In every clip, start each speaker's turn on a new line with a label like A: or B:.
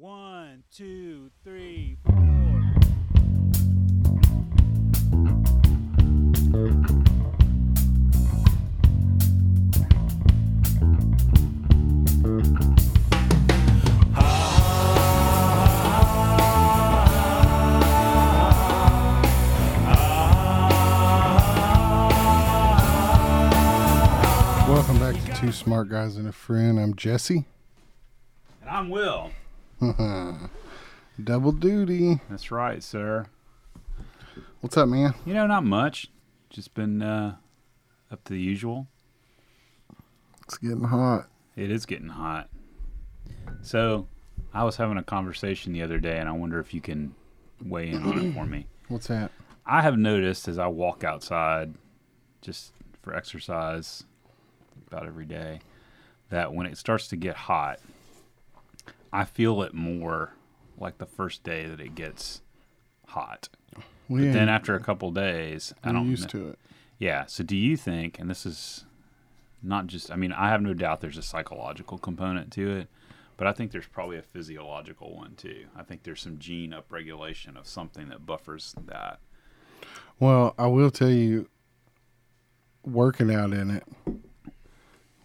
A: One, two, three, four.
B: Welcome back to Two Smart Guys and a Friend. I'm Jesse.
A: And I'm Will.
B: Double duty.
A: That's right, sir.
B: What's up, man?
A: You know, not much. Just been uh, up to the usual.
B: It's getting hot.
A: It is getting hot. So, I was having a conversation the other day, and I wonder if you can weigh in on it for me.
B: What's that?
A: I have noticed as I walk outside, just for exercise, about every day, that when it starts to get hot, I feel it more like the first day that it gets hot.
B: We ain't
A: Then after a couple days, I
B: we're
A: don't
B: used
A: kn-
B: to it.
A: Yeah. So do you think, and this is not just, I mean, I have no doubt there's a psychological component to it, but I think there's probably a physiological one too. I think there's some gene upregulation of something that buffers that.
B: Well, I will tell you, working out in it.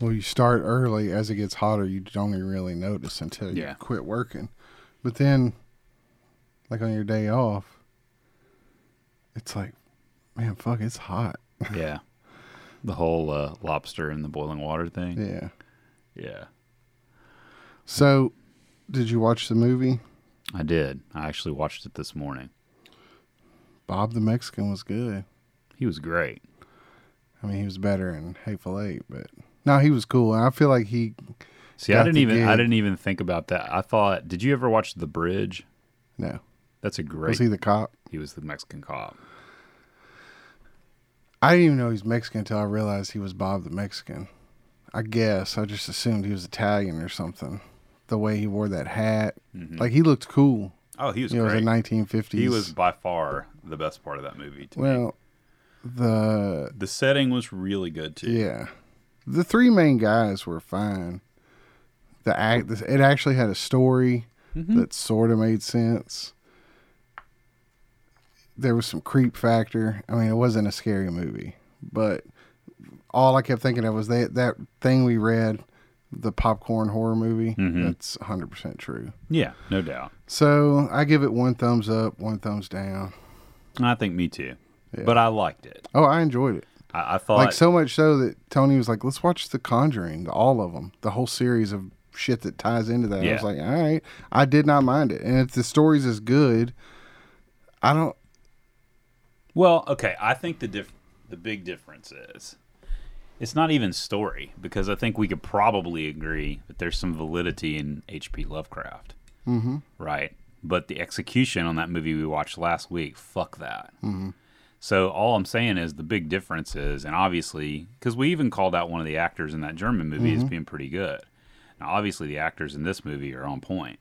B: Well, you start early. As it gets hotter, you don't even really notice until you
A: Yeah.
B: quit working. But then, like on your day off, it's like, man, fuck, it's hot.
A: Yeah. The whole uh, lobster in the boiling water thing.
B: Yeah.
A: Yeah.
B: So, did you watch the movie?
A: I did. I actually watched it this morning.
B: Bob the Mexican was good.
A: He was great.
B: I mean, he was better in Hateful Eight, but no, he was cool. And I feel like he
A: See, I
B: Got
A: didn't
B: the
A: even I
B: gig.
A: didn't even think about that. I thought, did you ever watch The Bridge?
B: no
A: That's a great.
B: was he the cop.
A: he was the Mexican cop.
B: I didn't even know he was Mexican until I realized he was Bob the Mexican. I guess I just assumed he was Italian or something. The way he wore that hat, like he looked cool.
A: Oh, he was
B: You know, it was the
A: great.
B: 1950s.
A: He was by far the best part of that movie to me.
B: well, the
A: The setting was really good too.
B: yeah, the three main guys were fine. The act, this, it actually had a story that sort of made sense. There was some creep factor. I mean, it wasn't a scary movie, but all I kept thinking of was that that thing we read, the popcorn horror movie. That's 100% true.
A: Yeah, no doubt.
B: So I give it one thumbs up, one thumbs down.
A: And I think me too. But I liked it.
B: Oh, I enjoyed it.
A: I, I thought
B: Like so much so that Tony was like, "Let's watch The Conjuring, the, all of them, the whole series of shit that ties into that." I
A: Yeah.
B: was like, "All right, I did not mind it." And if the story's as good, I don't.
A: Well, okay. I think the diff- the big difference is it's not even story because I think we could probably agree that there's some validity in H.P. Lovecraft, mm-hmm. right? But the execution on that movie we watched last week, fuck that. Mm-hmm. So all I'm saying is the big difference is, and obviously, because we even called out one of the actors in that German movie as being pretty good. Now, obviously, the actors in this movie are on point,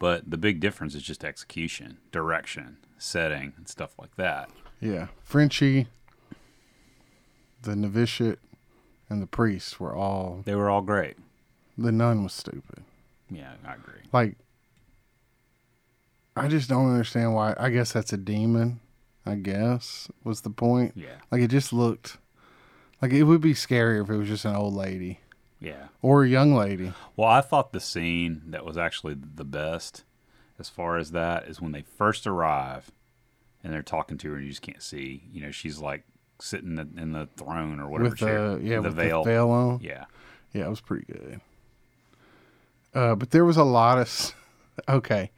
A: but the big difference is just execution, direction, setting, and stuff like that.
B: Yeah, Frenchie, the novitiate, and the priest were all.
A: They were all great.
B: The nun was stupid.
A: Yeah, I agree.
B: Like, I just don't understand why. I guess that's a demon. I guess was the point.
A: Yeah.
B: Like it just looked. Like it would be scarier if it was just an old lady.
A: Yeah.
B: or a young lady.
A: Well, I thought the scene that was actually the best as far as that is when they first arrive and they're talking to her and you just can't see. You know, she's like sitting in the, in the throne or whatever
B: with
A: chair.
B: the yeah
A: the
B: with
A: veil.
B: the veil on. Yeah.
A: Yeah.
B: it was pretty good. Uh, but there was a lot of s- okay,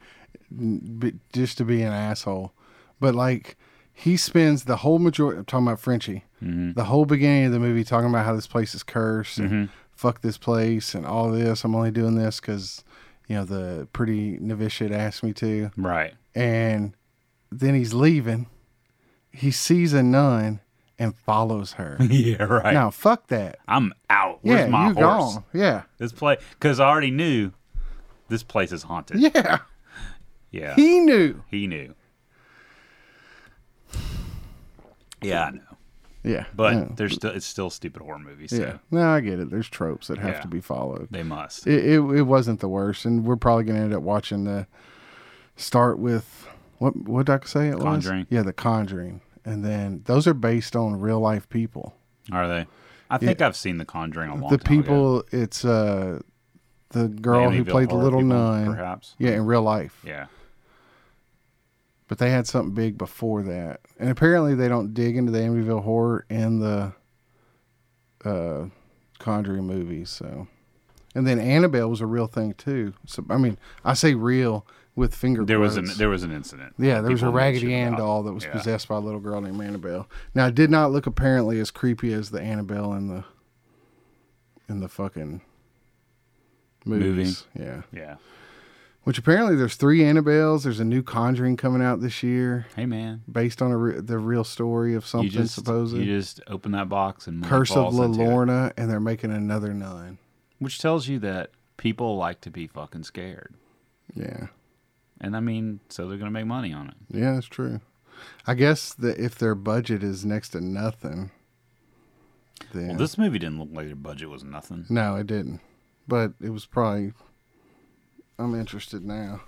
B: n- but just to be an asshole, but like he spends the whole majority. I'm talking about Frenchie.
A: Mm-hmm.
B: The whole beginning of the movie talking about how this place is cursed and fuck this place and all this. I'm only doing this because you know the pretty novitiate asked me to.
A: Right.
B: and then he's leaving. He sees a nun and follows her.
A: yeah, right.
B: Now, fuck that.
A: I'm out. Where's
B: yeah,
A: my
B: you
A: horse?
B: gone. Yeah,
A: This place, because I already knew this place is haunted.
B: yeah.
A: Yeah.
B: He knew.
A: He knew. Yeah, I know.
B: Yeah.
A: But
B: no.
A: there's still it's still a stupid horror movie. So
B: yeah. No, I get it. There's tropes that have
A: Yeah.
B: to be followed.
A: they must.
B: It, it it wasn't the worst, and we're probably gonna end up watching the start with what what did I say it
A: Conjuring.
B: was? Yeah, the Conjuring, and then those are based on real life people.
A: Are they? I think I've seen The Conjuring a long
B: the
A: time ago.
B: people, it's uh, the girl who
A: Amityville
B: played the
A: horror
B: little
A: people,
B: nun.
A: perhaps.
B: Yeah, in real life.
A: Yeah.
B: But they had something big before that, and apparently they don't dig into the Amityville horror in the uh, Conjuring movies. So, and then Annabelle was a real thing too. So I mean, I say real with finger.
A: There was an
B: quotes.
A: there was an incident.
B: Yeah, there was a
A: People made shit
B: Raggedy Ann
A: about.
B: doll that was
A: Yeah.
B: possessed by a little girl named Annabelle. Now, it did not look apparently as creepy as the Annabelle in the in the fucking movies. Yeah,
A: Yeah.
B: which apparently there's three Annabelles. There's a new Conjuring coming out this year
A: Hey man.
B: based on a re- the real story of something
A: You just
B: supposedly
A: you just open that box and money
B: Curse of
A: falls
B: La
A: into it.
B: Lorna, and they're making another nun.
A: which tells you that people like to be fucking scared.
B: Yeah,
A: And I mean, so they're gonna make money on it.
B: yeah, that's true. I guess that if their budget is next to nothing, then
A: Well, this movie didn't look like their budget was nothing.
B: No, it didn't. But it was probably. I'm interested now.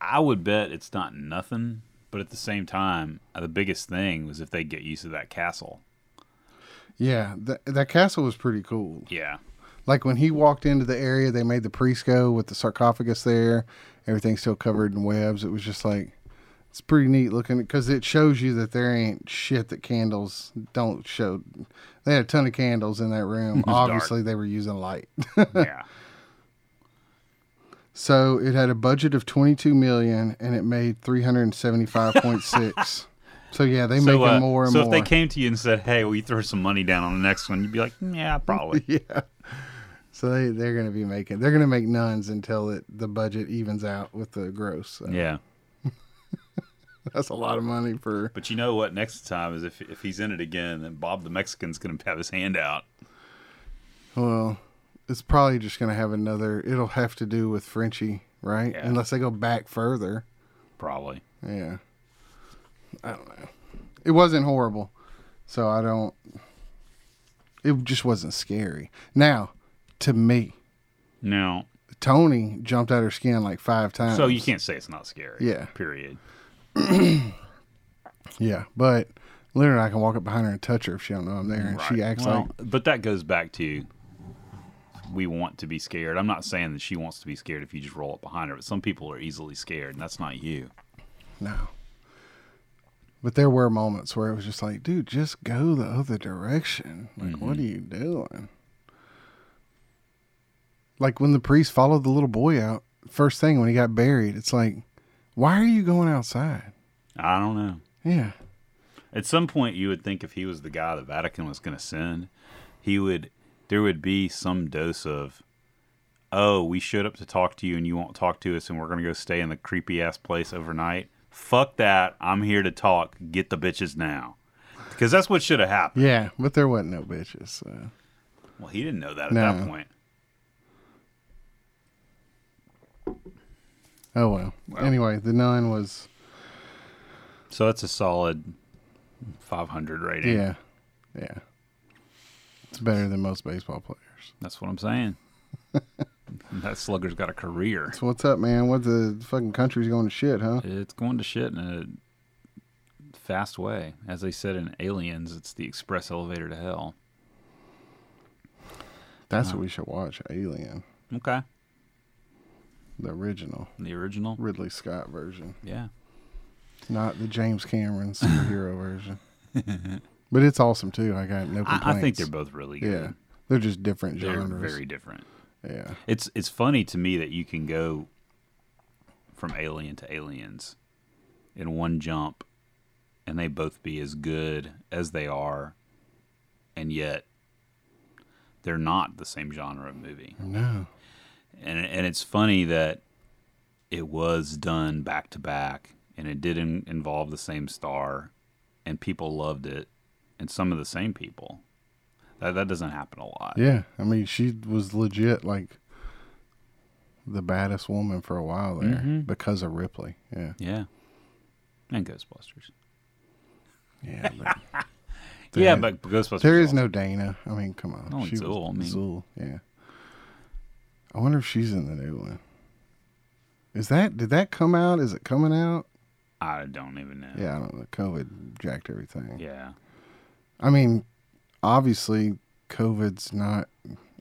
A: I would bet it's not nothing, but at the same time, uh, the biggest thing was if they get used to that castle.
B: Yeah, that that castle was pretty cool.
A: Yeah,
B: Like when he walked into the area, they made the priest go with the sarcophagus there. Everything's still covered in webs. It was just like it's pretty neat looking because it shows you that there ain't shit that candles don't show. They had a ton of candles in that room.
A: was dark.
B: Obviously, they were using light.
A: yeah.
B: So it had a budget of 22 million and it made 375.6. so yeah, they
A: so
B: making
A: uh,
B: more and
A: so if
B: more.
A: they came to you and said, "Hey, will you throw some money down on the next one?" You'd be like, "Yeah, probably."
B: yeah. So they they're going to be making they're going to make nuns until it the budget evens out with the gross. So
A: yeah.
B: That's a lot of money for
A: But you know what? Next time is if if he's in it again, then Bob the Mexican's gonna have his hand out.
B: well, it's probably just going to have another. It'll have to do with Frenchie, right?
A: Yeah.
B: Unless they go back further.
A: Probably.
B: Yeah. I don't know. It wasn't horrible. So I don't it just wasn't scary. Now, to me,
A: No.
B: Tony jumped out her skin like five times.
A: So you can't say it's not scary.
B: Yeah.
A: Period.
B: Yeah. But literally I can walk up behind her and touch her if she don't know I'm there and she
A: Right.
B: acts
A: Well,
B: like
A: But that goes back to we want to be scared. I'm not saying that she wants to be scared if you just roll up behind her, but some people are easily scared, and that's not you.
B: no. But there were moments where it was just like, dude, just go the other direction. Like, what are you doing? Like when the priest followed the little boy out, first thing when he got buried, it's like, why are you going outside?
A: I don't know.
B: Yeah.
A: At some point, you would think if he was the guy the Vatican was going to send, he would. There would be some dose of, oh, we showed up to talk to you and you won't talk to us, and we're going to go stay in the creepy ass place overnight. Fuck that! I'm here to talk. Get the bitches now, because that's what should have happened.
B: Yeah. But there wasn't no bitches. So.
A: Well, he didn't know that at
B: No.
A: that point.
B: Oh, well.
A: Well.
B: Anyway, the nun was,
A: So that's a solid 500 rating.
B: yeah. Yeah. It's better than most baseball players.
A: That's what I'm saying. that slugger's got a career.
B: So what's up, man? What the fucking country's going to shit, huh?
A: It's going to shit in a fast way. As they said in Aliens, it's the express elevator to hell.
B: That's what we should watch Alien,
A: Okay.
B: the original
A: The original?
B: Ridley Scott version,
A: Yeah.
B: not the James Cameron superhero version. But it's awesome too. I got no complaints.
A: I, I think they're both really good.
B: yeah, they're just different
A: They're
B: genres.
A: very different.
B: Yeah,
A: It's it's funny to me that you can go from Alien to Aliens in one jump, and they both be as good as they are, and yet they're not the same genre of movie.
B: no,
A: And and it's funny that it was done back to back, and it didn't involve the same star, and people loved it, and some of the same people. That that doesn't happen a lot.
B: yeah. I mean, she was legit like the baddest woman for a while there
A: Mm-hmm.
B: because of Ripley. Yeah,
A: Yeah. And Ghostbusters.
B: yeah. but- There
A: yeah,
B: is-
A: but Ghostbusters.
B: There is
A: also-
B: no Dana. I mean, come on.
A: No,
B: was-
A: Oh, Zool, I mean.
B: Zool, yeah. I wonder if she's in the new one. Is that did that come out? Is it coming out?
A: I don't even know.
B: Yeah, I don't know. COVID jacked everything.
A: Yeah.
B: I mean, obviously, COVID's not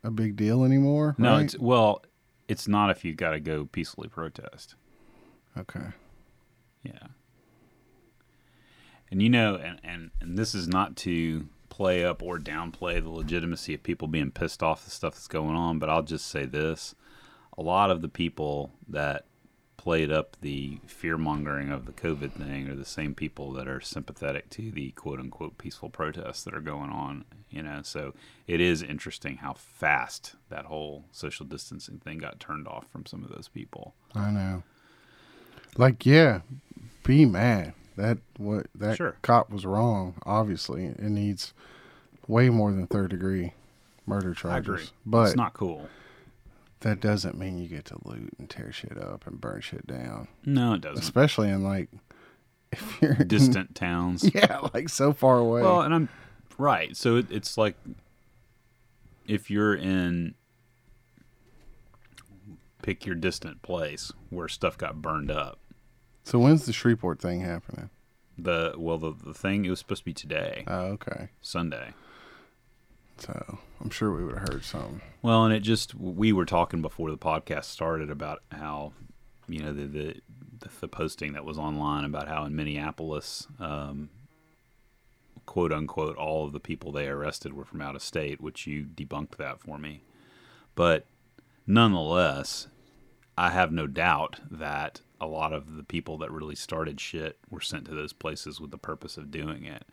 B: a big deal anymore.
A: No,
B: right?
A: it's well, it's not if you got to go peacefully protest.
B: okay.
A: Yeah. And you know, and, and, and this is not to play up or downplay the legitimacy of people being pissed off the stuff that's going on, but I'll just say this. A lot of the people that played up the fear mongering of the COVID thing are the same people that are sympathetic to the quote unquote peaceful protests that are going on, you know. So it is interesting how fast that whole social distancing thing got turned off from some of those people.
B: I know. Like, yeah, be mad. That what that
A: Sure.
B: cop was wrong. Obviously, it needs way more than third degree murder charges.
A: I agree.
B: But
A: it's not cool.
B: that doesn't mean you get to loot and tear shit up and burn shit down.
A: No, it doesn't.
B: Especially in like if you're in-
A: distant towns.
B: yeah, like so far away.
A: Well, and I'm right. So it, it's like if you're in pick your distant place where stuff got burned up.
B: so when's the Shreveport thing happening?
A: The well, the the thing it was supposed to be today,
B: Oh, okay.
A: Sunday.
B: So I'm sure we would have heard something.
A: Well, and it just we were talking before the podcast started about how you know the the, the, the posting that was online about how in Minneapolis, um, quote unquote, all of the people they arrested were from out of state, which you debunked that for me. But nonetheless, I have no doubt that a lot of the people that really started shit were sent to those places with the purpose of doing it.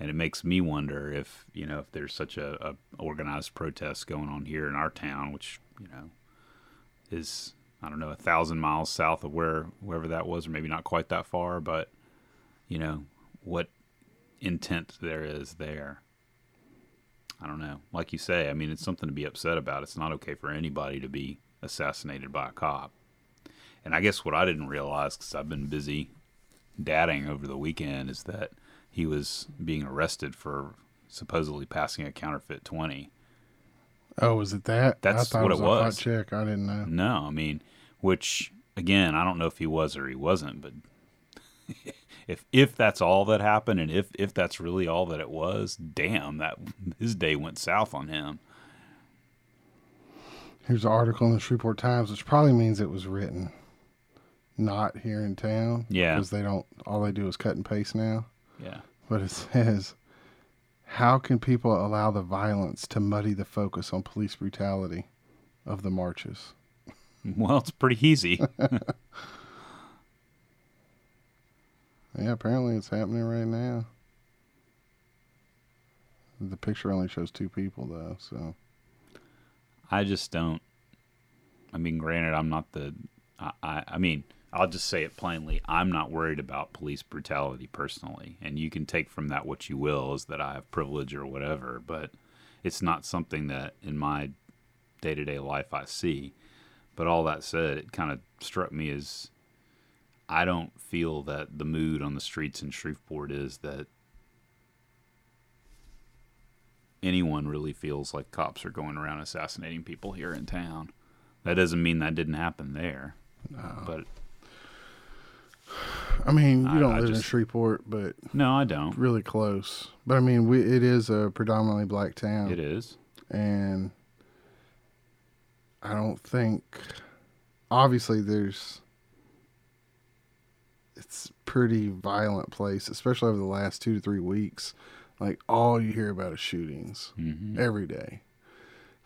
A: And it makes me wonder if, you know, if there's such a, a organized protest going on here in our town, which, you know, is I don't know, a thousand miles south of where wherever that was, or maybe not quite that far, but you know, what intent there is there. I don't know. Like you say, I mean, it's something to be upset about. It's not okay for anybody to be assassinated by a cop. And I guess what I didn't realize, because I've been busy dadding over the weekend, is that he was being arrested for supposedly passing a counterfeit 20.
B: Oh, was it that?
A: That's what it
B: a hot
A: was.
B: chick. I didn't know.
A: No, I mean, which again, I don't know if he was or he wasn't, but if if that's all that happened, and if if that's really all that it was, damn, that his day went south on him.
B: Here's an article in the Shreveport Times, which probably means it was written not here in town.
A: Yeah.
B: Because they don't, all they do is cut and paste now.
A: Yeah,
B: But it says, how can people allow the violence to muddy the focus on police brutality of the marches?
A: well, it's pretty easy.
B: Yeah, apparently it's happening right now. The picture only shows two people, though. So,
A: I just don't. I mean, granted, I'm not the. I, I, I mean, I'll just say it plainly. I'm not worried about police brutality personally, and you can take from that what you will, is that I have privilege or whatever. But it's not something that in my day to day life I see. But all that said, it kind of struck me as I don't feel that the mood on the streets in Shreveport is that anyone really feels like cops are going around assassinating people here in town. That doesn't mean that didn't happen there. But
B: I mean, you
A: I-
B: don't
A: I
B: live in
A: just-
B: Shreveport, but
A: no, I don't.
B: really close. But I mean, we, it is a predominantly black town.
A: It is.
B: and I don't think obviously there's it's pretty violent place, especially over the last two to three weeks. Like all you hear about is shootings
A: hmm
B: every day.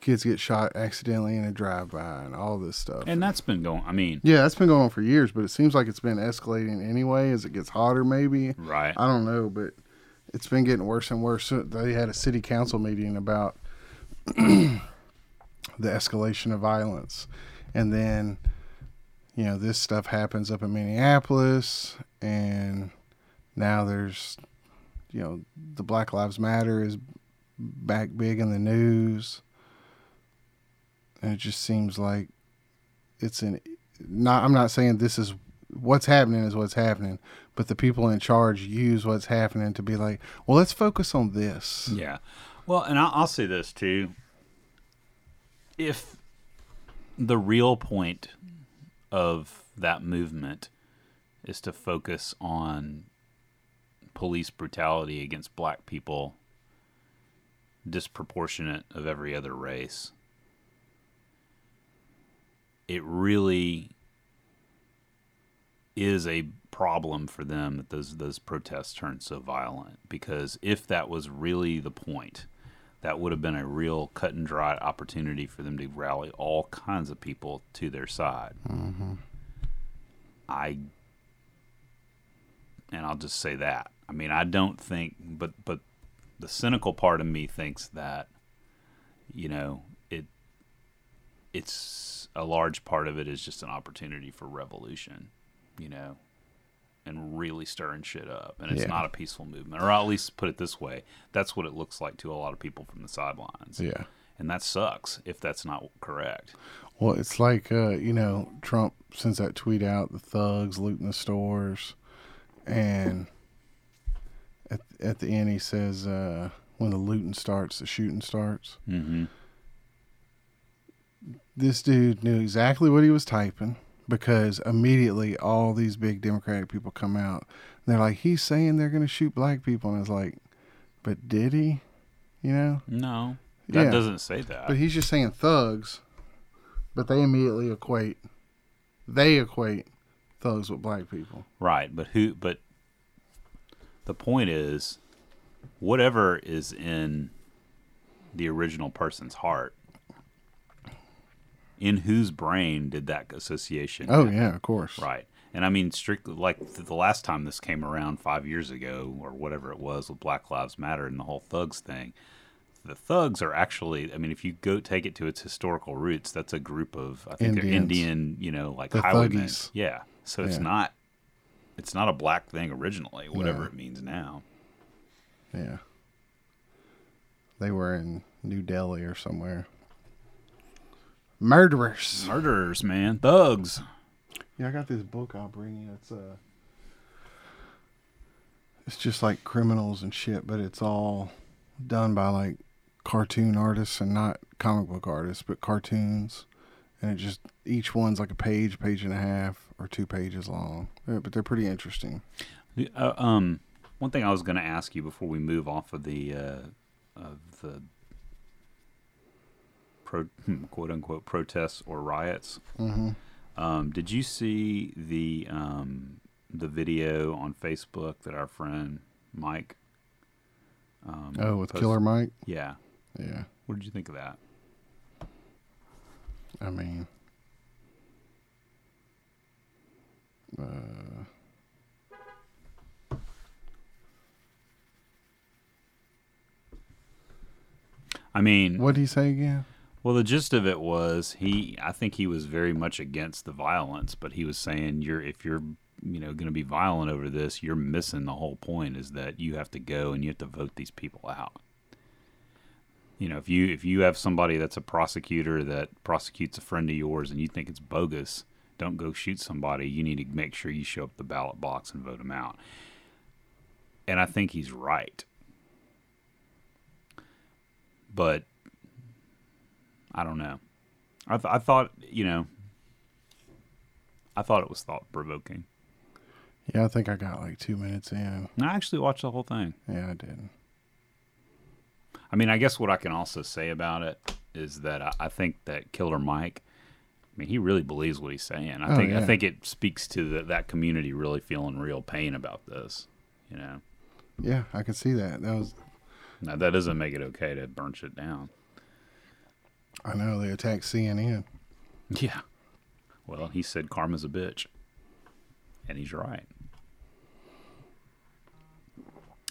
B: Kids get shot accidentally in a drive by and all this stuff.
A: And that's been going, I mean,
B: yeah, that's been going on for years, but it seems like it's been escalating anyway as it gets hotter maybe.
A: right.
B: I don't know, but it's been getting worse and worse. So They had a city council meeting about the escalation of violence, and then you know this stuff happens up in Minneapolis, and now there's you know the Black Lives Matter is back big in the news, and it just seems like it's an not. I'm not saying this is what's happening is what's happening, but the people in charge use what's happening to be like, well, let's focus on this.
A: Yeah. Well, and I'll, I'll say this too. If the real point of that movement is to focus on police brutality against black people disproportionate of every other race it really is a problem for them that those those protests turned so violent because if that was really the point that would have been a real cut and dry opportunity for them to rally all kinds of people to their side i and i'll just say that i mean i don't think but but the cynical part of me thinks that you know it it's a large part of it is just an opportunity for revolution, you know, and really stirring shit up. And it's
B: Yeah.
A: not a peaceful movement, or at least put it this way, that's what it looks like to a lot of people from the sidelines.
B: Yeah.
A: And that sucks if that's not correct.
B: Well, it's like uh, you know, Trump sends that tweet out, the thugs looting the stores, and at, at the end he says, uh, "When the looting starts, the shooting starts."
A: Mm-hmm.
B: This dude knew exactly what he was typing because immediately all these big Democratic people come out and they're like, "He's saying they're going to shoot black people," and it's like, "But did he?" You know,
A: No, that
B: Yeah.
A: doesn't say that.
B: But he's just saying thugs, but they immediately equate they equate thugs with black people.
A: Right, but who? But the point is, whatever is in the original person's heart, in whose brain did that association?
B: Oh yeah, of course.
A: Right. And I mean, strictly like th- the last time this came around five years ago or whatever it was with Black Lives Matter and the whole thugs thing, the thugs are actually, I mean, if you go take it to its historical roots, that's a group of, I think they're
B: Indians.
A: Indian, you know, like
B: The
A: highwaymen.
B: thuggies.
A: Yeah. So it's
B: Yeah.
A: not, it's not a black thing originally, whatever
B: No.
A: it means now.
B: Yeah. They were in New Delhi or somewhere. Murderers.
A: Murderers, man. Thugs.
B: Yeah, I got this book I'll bring you. It's uh It's just like criminals and shit, but it's all done by like cartoon artists and not comic book artists, but cartoons. And it just each one's like a page, page and a half, or two pages long. Yeah, But they're pretty interesting.
A: The- Uh, um, one thing I was going to ask you before we move off of the uh, of the pro, hmm, quote unquote protests or riots.
B: hmm
A: Um, did you see the um, the video on Facebook that our friend Mike? Um,
B: Oh, with
A: posted?
B: Killer Mike.
A: Yeah.
B: Yeah,
A: What did you think of that?
B: I mean, uh,
A: I mean,
B: what did he say again?
A: Well, the gist of it was he. I think he was very much against the violence, but he was saying you're if you're you know going to be violent over this, you're missing the whole point. Is that you have to go and you have to vote these people out. You know, if you if you have somebody that's a prosecutor that prosecutes a friend of yours and you think it's bogus, don't go shoot somebody. You need to make sure you show up at the ballot box and vote them out. And I think he's right. But I don't know. I, th- I thought, you know, I thought it was thought provoking.
B: Yeah, I think I got like two minutes in.
A: I actually watched the whole thing.
B: Yeah, I didn't.
A: I mean, I guess what I can also say about it is that I, I think that Killer Mike, I mean, he really believes what he's saying. I
B: Oh,
A: think I
B: yeah.
A: think it speaks to the, that community really feeling real pain about this. You know,
B: Yeah, I can see that. That was
A: now that doesn't make it okay to burn shit down.
B: I know they attacked CNN.
A: Yeah. Well, he said karma's a bitch. And he's right.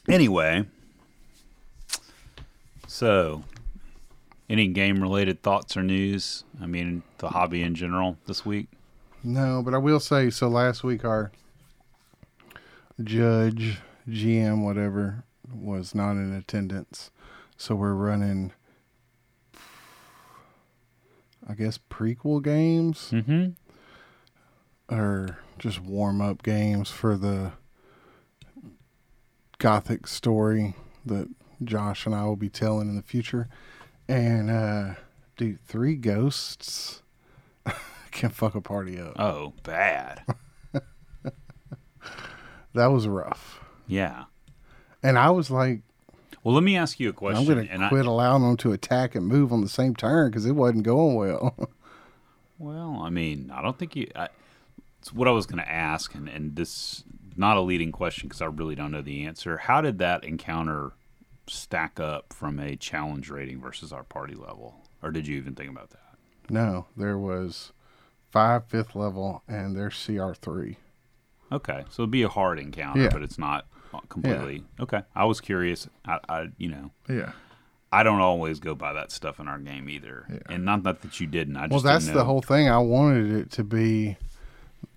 A: Anyway, so any game related thoughts or news? I mean, the hobby in general this week?
B: No, but I will say so. Last week, our judge, GM, whatever, was not in attendance, so we're running, I guess, prequel games.
A: Mm hmm.
B: or just warm up games for the gothic story that Josh and I will be telling in the future. And uh dude, three ghosts can fuck a party up.
A: Oh, bad.
B: That was rough.
A: Yeah.
B: And I was like,
A: Well, let me ask you a question.
B: I'm going
A: and
B: to quit allowing them to attack and move on the same turn because it wasn't going well.
A: I, well, I mean, I don't think you. I, it's what I was going to ask, and, and this not a leading question because I really don't know the answer. How did that encounter stack up from a challenge rating versus our party level, or did you even think about that?
B: no, there was five fifth level and their CR3.
A: Okay, so it'd be a hard encounter,
B: Yeah.
A: but it's not uh, completely okay. I was curious. I, I, you know,
B: Yeah.
A: I don't always go by that stuff in our game either, and not that that you didn't. I just
B: Well,
A: didn't
B: that's
A: know.
B: the whole thing. I wanted it to be.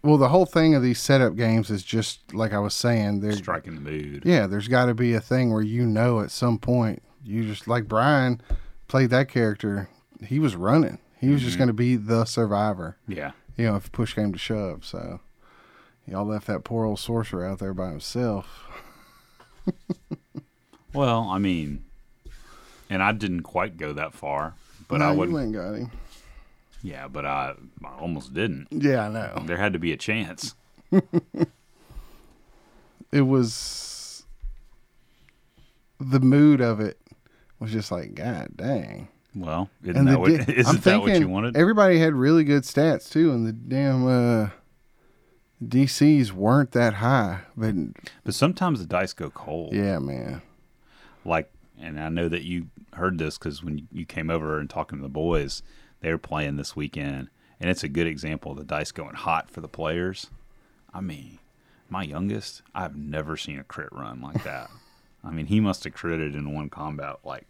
B: Well, the whole thing of these setup games is just like I was saying. There's
A: striking the mood.
B: yeah, there's got to be a thing where you know at some point you just like Brian played that character. He was running. He was
A: Mm-hmm.
B: just going to be the survivor.
A: yeah.
B: You know, if push came to shove. So y'all left that poor old sorcerer out there by himself.
A: Well, I mean, and I didn't quite go that far, but
B: No,
A: I
B: you
A: would. not
B: went and got him.
A: Yeah, but I, I almost didn't.
B: Yeah, I know.
A: There had to be a chance.
B: It was the mood of it was just like God dang.
A: Well, isn't
B: And
A: that
B: the
A: what?
B: di-
A: Isn't
B: I'm
A: that
B: thinking
A: what you wanted?
B: Everybody had really good stats too, and the damn uh, DCs weren't that high. But
A: but sometimes the dice go cold.
B: yeah, man,
A: Like, and I know that you heard this because when you came over and talking to the boys, they were playing this weekend, and it's a good example of the dice going hot for the players. I mean, my youngest, I've never seen a crit run like that. I mean, he must have critted in one combat like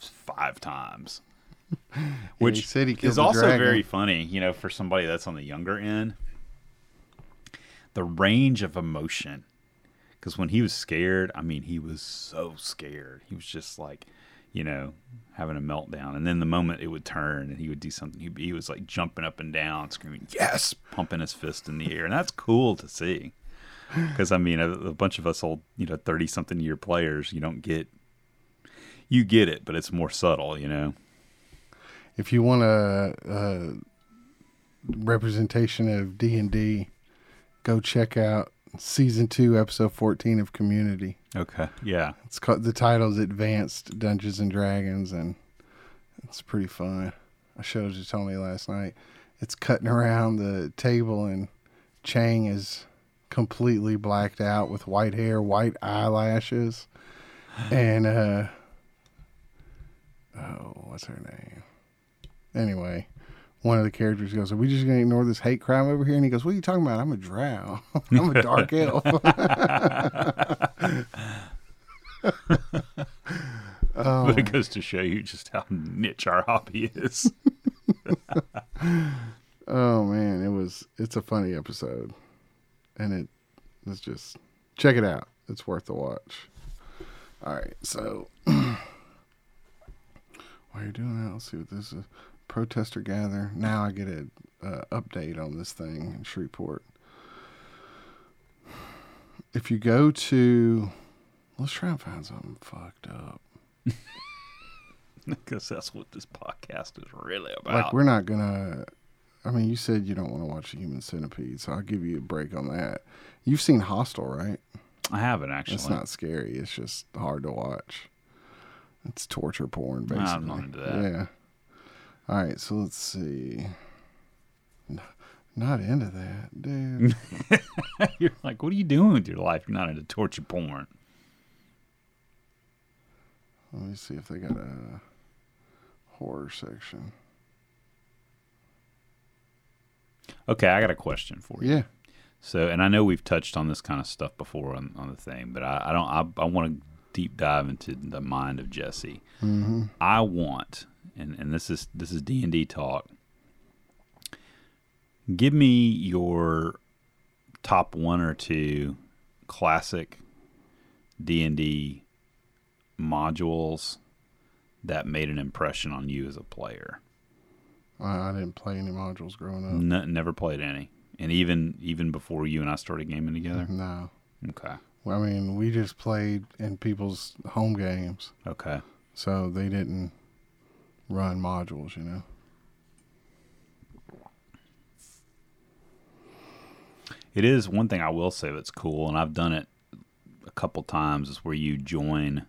A: f- five times, which
B: he said he killed
A: is
B: the
A: also
B: dragon.
A: very funny, you know, for somebody that's on the younger end. The range of emotion, because when he was scared, I mean, he was so scared. He was just like, you know, having a meltdown. And then the moment it would turn and he would do something, he, he was like jumping up and down, screaming, yes, pumping his fist in the air. And that's cool to see. Because, I mean, a, a bunch of us old, you know, 30 something year players, you don't get, you get it, but it's more subtle, you know?
B: if you want a, a representation of D and D, go check out season two, episode fourteen of Community.
A: Okay. Yeah.
B: It's called the title's Advanced Dungeons and Dragons, and it's pretty fun. I showed it to Tony last night. It's cutting around the table, and Chang is completely blacked out with white hair, white eyelashes, and uh, oh, what's her name? Anyway, one of the characters goes, "Are we just gonna ignore this hate crime over here?" And he goes, "What are you talking about? I'm a drow. I'm a dark elf." Um,
A: But it goes to show you just how niche our hobby is.
B: Oh man, it was it's a funny episode. And it was just check it out. It's worth the watch. All right, so while you're doing that, let's see what this is. Protester gather. Now I get a uh, update on this thing in Shreveport. If you go to, let's try and find something fucked up.
A: Because that's what this podcast is really about.
B: Like we're not gonna. I mean, you said you don't want to watch the Human Centipede, so I'll give you a break on that. You've seen Hostel, right?
A: I haven't actually.
B: It's not scary. It's just hard to watch. It's torture porn, basically.
A: I'm not into that.
B: Yeah. All right, so let's see. N- Not into that, dude.
A: You're like, what are you doing with your life? You're not into torture porn.
B: Let me see if they got a horror section.
A: Okay, I got a question for you.
B: Yeah.
A: So, and I know we've touched on this kind of stuff before on, on the thing, but I, I don't. I, I want to deep dive into the mind of Jesse. I want, and and this is this is D and D talk. Give me your top one or two classic D and D modules that made an impression on you as a player.
B: I I didn't play any modules growing up.
A: N- never played any. and even even before you and I started gaming together.
B: No.
A: Okay.
B: I mean, we just played in people's home games,
A: Okay.
B: so they didn't run modules, you know.
A: It is one thing I will say that's cool, and I've done it a couple times, is where you join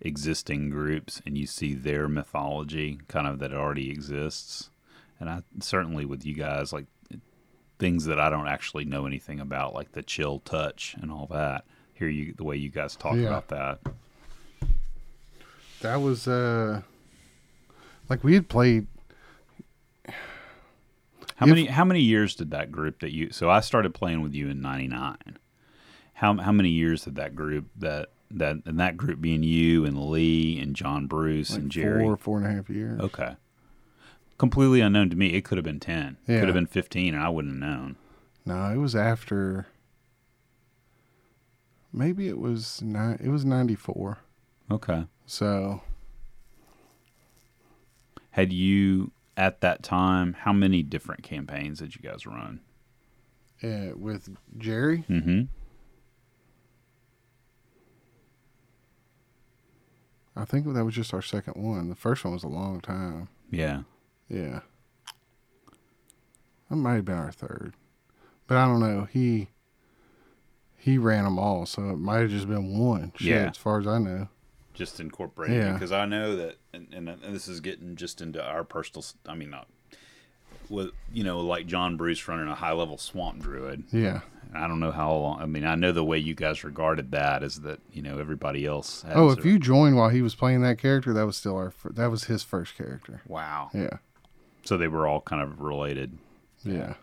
A: existing groups and you see their mythology kind of that already exists. And I certainly with you guys, like things that I don't actually know anything about, like the chill touch and all that. Hear you the way you guys talk
B: Yeah.
A: about that.
B: That was uh like we had played
A: How
B: If-
A: many how many years did that group that you so I started playing with you in 99. How how many years did that group that that and that group being you and Lee and John Bruce
B: like
A: and Jerry. Oh.
B: four, four and a half years.
A: Okay. Completely unknown to me. It could have been 10.
B: Yeah.
A: Could have been 15 and I wouldn't have known.
B: No, it was after. Maybe it was nine. It was ninety four.
A: Okay.
B: So
A: Had you at that time how many different campaigns did you guys run?
B: uh, with Jerry,
A: Mhm.
B: I think that was just our second one. The first one was a long time.
A: Yeah.
B: Yeah, that might have been our third, but I don't know. He he ran them all, so it might have just been one. Shit,
A: Yeah.
B: as far as I know.
A: just incorporated
B: Yeah.
A: because I know that, and, and, and this is getting just into our personal. s- I mean, not with you know, like John Bruce running a high level swamp druid.
B: Yeah,
A: I don't know how long. I mean, I know the way you guys regarded that is that you know everybody else. Has
B: Oh, if
A: their-
B: you joined while he was playing that character, that was still our fir- that was his first character.
A: wow,
B: Yeah,
A: so they were all kind of related.
B: yeah.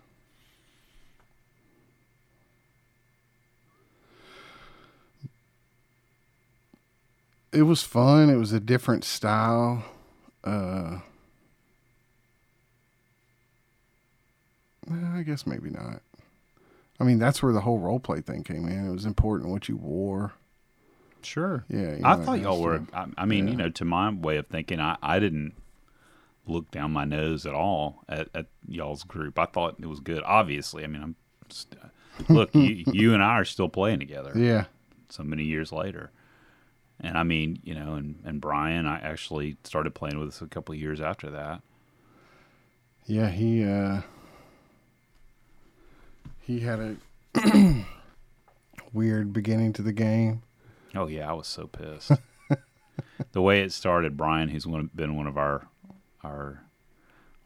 B: It was fun. It was a different style. Uh, nah, eh, I guess maybe not. I mean, that's where the whole role play thing came in. It was important what you wore.
A: Sure.
B: Yeah, you know,
A: I
B: that
A: thought
B: kind of
A: y'all were.
B: stuff.
A: I, I mean,
B: Yeah.
A: you know, to my way of thinking, I, I didn't look down my nose at all at, at y'all's group. I thought it was good. Obviously, I mean, I'm. St- look, you, you and I are still playing together
B: Yeah,
A: so many years later, and I mean, you know, and and Brian, I actually started playing with us a couple of years after that.
B: Yeah, he uh he had a weird beginning to the game.
A: Oh yeah, I was so pissed. the way it started, Brian, who's one, been one of our our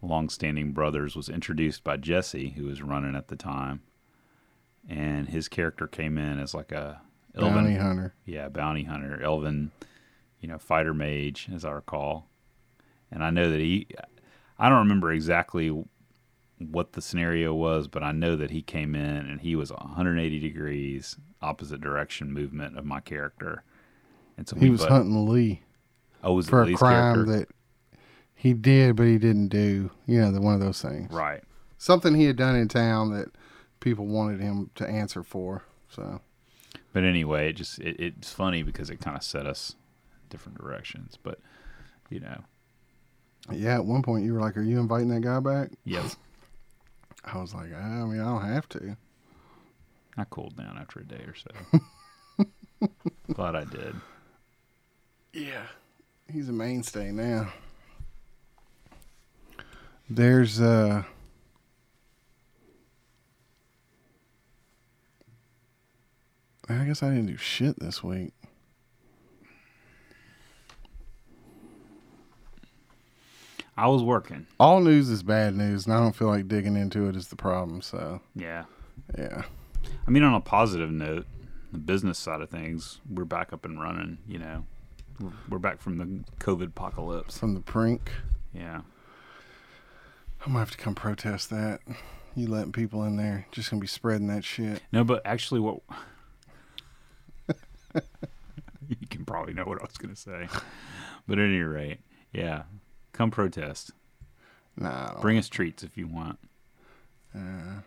A: longstanding brothers, was introduced by Jesse, who was running at the time, and his character came in as like a elven,
B: Bounty hunter.
A: yeah, bounty hunter, elven, you know, fighter mage, as I recall. And I know that he, I don't remember exactly what the scenario was, but I know that he came in and he was 180 degrees opposite direction movement of my character. And so
B: He
A: we
B: was
A: bu-
B: hunting Lee
A: oh, was it
B: for a
A: Lee's
B: crime
A: character?
B: that he did but he didn't do. You know, the one of those things.
A: right.
B: Something he had done in town that people wanted him to answer for. So
A: But anyway, it just it, it's funny because it kind of set us different directions. But you know,
B: yeah, at one point you were like, Are you inviting that guy back?
A: yes,
B: I was like, I mean, I don't have to.
A: I cooled down after a day or so. Glad I did.
B: Yeah. He's a mainstay now. There's uh I guess I didn't do shit this week.
A: I was working.
B: All news is bad news, and I don't feel like digging into it is the problem, so
A: Yeah.
B: yeah.
A: I mean, on a positive note, the business side of things, we're back up and running. You know, we're, we're back from the COVID apocalypse.
B: From the prink.
A: Yeah,
B: I'm gonna have to come protest that. You letting people in there, just gonna be spreading that shit.
A: no, but actually, what you can probably know what I was gonna say, but at any rate, yeah, come protest.
B: Nah. I don't-
A: Bring us treats if you want.
B: uh,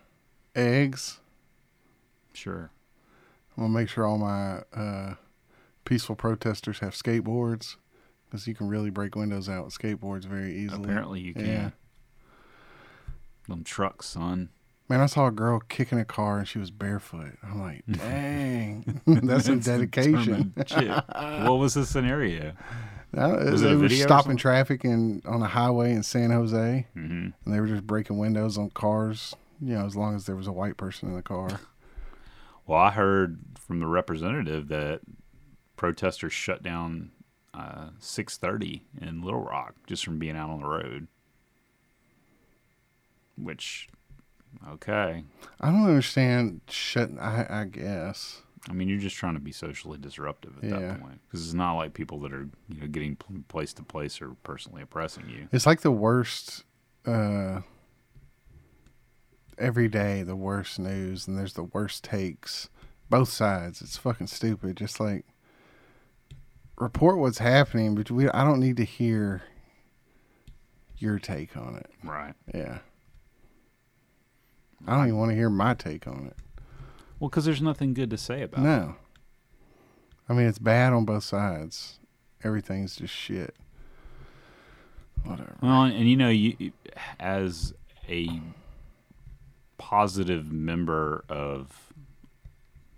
B: eggs.
A: Sure.
B: I'm gonna make sure all my uh, peaceful protesters have skateboards because you can really break windows out with skateboards very easily.
A: Apparently, you can.
B: Yeah.
A: Them trucks, son.
B: Man, I saw a girl kicking a car and she was barefoot. I'm like, dang, that's some dedication.
A: determined chick. what was the scenario?
B: Uh,
A: Was it
B: they
A: a
B: were
A: video or
B: stopping
A: something?
B: traffic in on a highway in San Jose,
A: Mm-hmm.
B: and they were just breaking windows on cars. You know, as long as there was a white person in the car.
A: Well, I heard from the representative that protesters shut down uh, 6:30 in Little Rock just from being out on the road. Which, okay,
B: I don't understand. Shut. I, I guess.
A: I mean, you're just trying to be socially disruptive at
B: Yeah.
A: that point because it's not like people that are you know getting pl- place to place or personally oppressing you.
B: It's like the worst. Uh, every day, the worst news, and there's the worst takes. Both sides. It's fucking stupid. Just like report what's happening, but we. I don't need to hear your take on it.
A: Right.
B: Yeah. I don't even want to hear my take on it.
A: Well, because there's nothing good to say about it.
B: No. I mean, it's bad on both sides. Everything's just shit. Whatever.
A: Well, and, and you know, you you- as a positive member of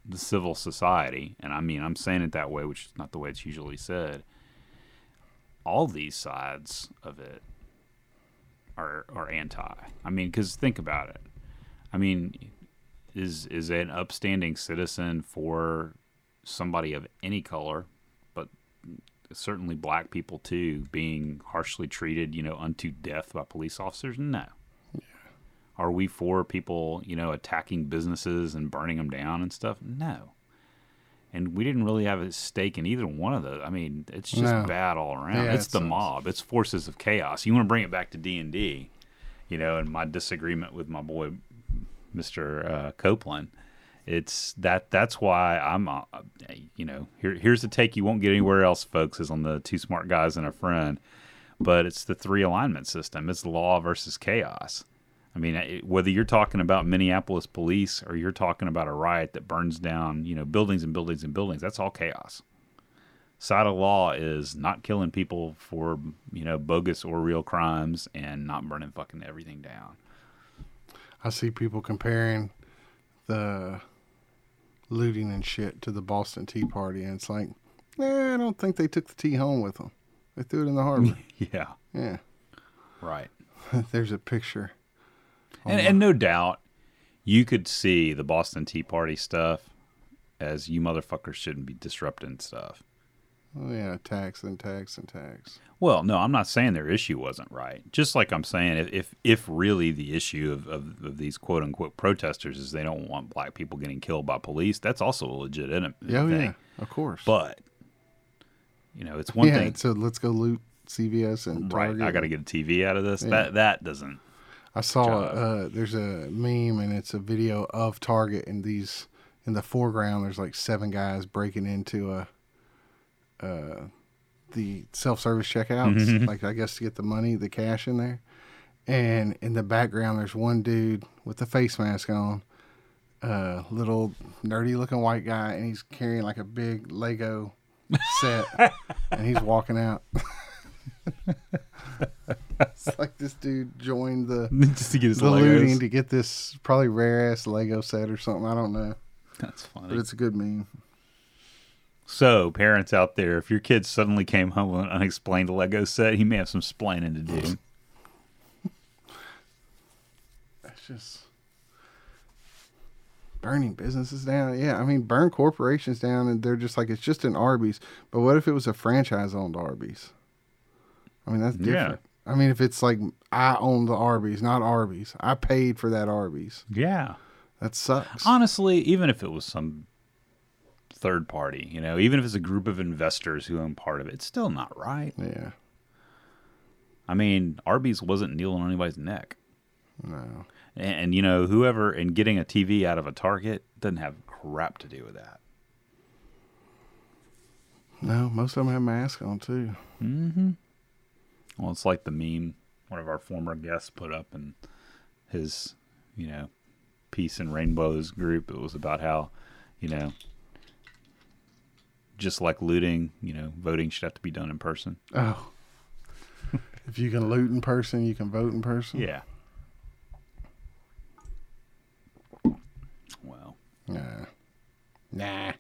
A: the civil society, and I mean, I'm saying it that way, which is not the way it's usually said. All these sides of it are are anti. I mean, because think about it. I mean, is is an upstanding citizen for somebody of any color, but certainly black people too being harshly treated, you know, unto death by police officers? No. Are we for people, you know, attacking businesses and burning them down and stuff? No. And we didn't really have a stake in either one of those. I mean, it's just
B: No.
A: bad all around.
B: Yeah,
A: it's
B: it
A: the
B: sucks.
A: mob. It's forces of chaos. You want to bring it back to D and D, you know, and my disagreement with my boy, Mister uh, Copeland. It's that. That's why I'm. Uh, you know, here, here's the take you won't get anywhere else, folks. Is on the two smart guys and a friend, but it's the three alignment system. It's law versus chaos. I mean, it, whether you're talking about Minneapolis police or you're talking about a riot that burns down, you know, buildings and buildings and buildings, that's all chaos side of law is not killing people for you know bogus or real crimes and not burning fucking everything down.
B: I see people comparing the looting and shit to the Boston Tea Party, and it's like, nah, I don't think they took the tea home with them. They threw it in the harbor.
A: Yeah,
B: yeah.
A: right.
B: There's a picture. Oh,
A: And, and no doubt, you could see the Boston Tea Party stuff as you motherfuckers shouldn't be disrupting stuff.
B: Oh, yeah, tax and tax and tax.
A: Well, no, I'm not saying their issue wasn't right. Just like I'm saying, if if, if really the issue of, of, of these quote unquote protesters is they don't want black people getting killed by police, that's also a legitimate
B: Yeah, oh,
A: thing.
B: yeah, of course.
A: But you know, it's one
B: yeah,
A: thing.
B: so let's go loot CVS and
A: right
B: Target.
A: i gotta get a tv out of this that that doesn't
B: I saw
A: job.
B: uh, there's a meme and it's a video of Target and these in the foreground. There's like seven guys breaking into a uh, the self service checkouts, like I guess to get the money, the cash in there. And in the background, there's one dude with a face mask on, uh, little nerdy looking white guy, and he's carrying like a big Lego set, and he's walking out. it's like this dude joined the
A: just to get his
B: the looting to get this probably rare ass Lego set or something. I don't know,
A: that's
B: but
A: funny
B: it's a good meme.
A: so parents out there if your kid suddenly came home with an unexplained lego set he may have some splaining to do
B: It's just burning businesses down. Yeah, I mean, burn corporations down, and they're just like it's just an Arby's. But what if it was a franchise owned Arby's? I mean, that's
A: Yeah.
B: different. I mean, if it's like I own the Arby's, not Arby's, I paid for that Arby's.
A: yeah
B: That sucks.
A: honestly even if it was some third party you know even if it's a group of investors who own part of it it's still not right
B: yeah,
A: i mean arby's wasn't kneeling on anybody's neck
B: no.
A: and, and you know whoever and getting a tv out of a target doesn't have crap to do with that
B: No, most of them have masks on too.
A: Well, it's like the meme one of our former guests put up in his, you know, Peace and Rainbows group. It was about how, you know, just like looting, you know, voting should have to be done in person.
B: Oh, if you can loot in person, you can vote in person.
A: Yeah.
B: Nah.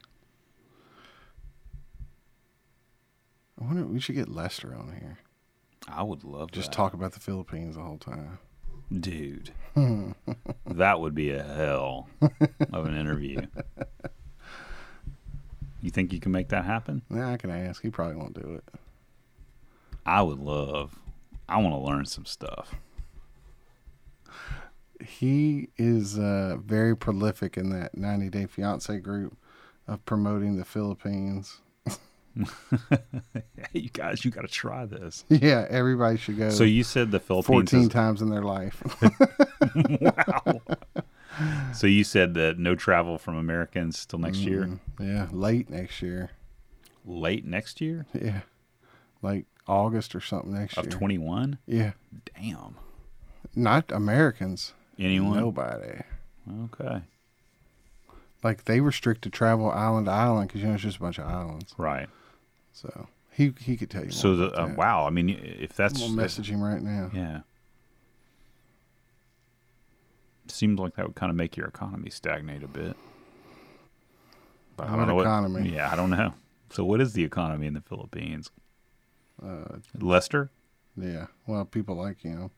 B: I wonder. We should get Lester on here.
A: I would love
B: Just
A: that.
B: talk about the Philippines the whole time.
A: dude. that would be a hell of an interview. You think you can make that happen?
B: Nah, I can ask. He probably won't do it.
A: I would love. I want to learn some stuff.
B: He is uh, very prolific in that 90 Day Fiance group of promoting the Philippines.
A: Hey, you guys, you got to try this.
B: Yeah, everybody should go.
A: So you said the Philippines.
B: 14
A: Is,
B: times in their life.
A: so you said that no travel from Americans till next year,
B: yeah, late next year.
A: late next year
B: Yeah, like August or something next
A: of
B: year.
A: twenty one.
B: Yeah,
A: Damn.
B: not Americans.
A: Anyone?
B: Nobody.
A: Okay.
B: Like they restricted travel island to island because you know it's just a bunch of islands.
A: Right.
B: So he he could tell you.
A: So
B: more
A: the
B: about
A: uh,
B: that.
A: wow. I mean, if that's
B: I'm gonna message him right now.
A: Yeah. Seems like that would kind of make your economy stagnate a bit. But
B: What
A: what-
B: economy?
A: yeah, I don't know. So what is the economy in the Philippines? Lester?
B: Yeah. Well, people like you know.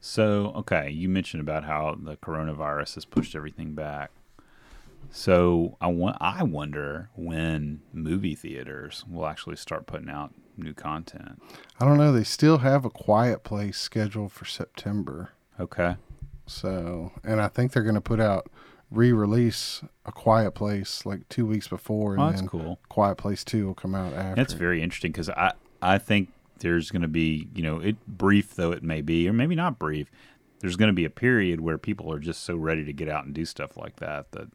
A: So, okay, you mentioned about how the coronavirus has pushed everything back. So, I want I wonder when movie theaters will actually start putting out new content.
B: I don't know. They still have a quiet place scheduled for September.
A: Okay.
B: So, and I think they're going to put out re-release a Quiet Place like two weeks before, and
A: Oh, that's
B: then
A: cool.
B: Quiet Place Two will come out after.
A: That's very interesting because I I think there's going to be you know it brief though it may be or maybe not brief. There's going to be a period where people are just so ready to get out and do stuff like that that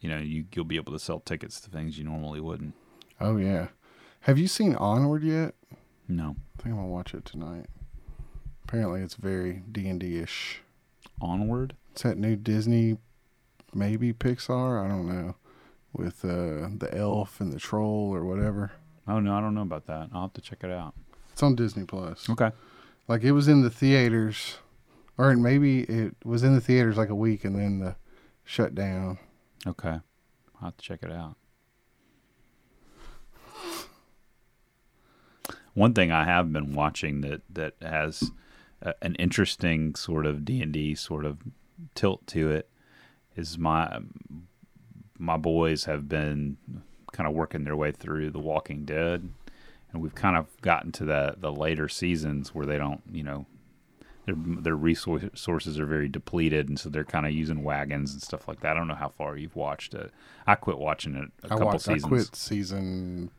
A: you know you you'll be able to sell tickets to things you normally wouldn't.
B: oh yeah. Have you seen Onward yet?
A: No,
B: I think I'm gonna watch it tonight. Apparently, it's very D and D ish.
A: onward.
B: It's that new Disney, maybe Pixar. I don't know, with uh, the elf and the troll or whatever.
A: Oh no, I don't know about that. I'll have to check it out.
B: It's on Disney Plus.
A: Okay.
B: Like it was in the theaters, or maybe it was in the theaters like a week and then the shutdown.
A: Okay. I'll have to check it out. One thing I have been watching that that has a, an interesting sort of D and D sort of tilt to it is my my boys have been kind of working their way through The Walking Dead, and we've kind of gotten to the the later seasons where they don't you know their their resources are very depleted, and so they're kind of using wagons and stuff like that. I don't know how far you've watched it. I quit watching it a
B: I
A: couple
B: watched.
A: seasons.
B: I quit season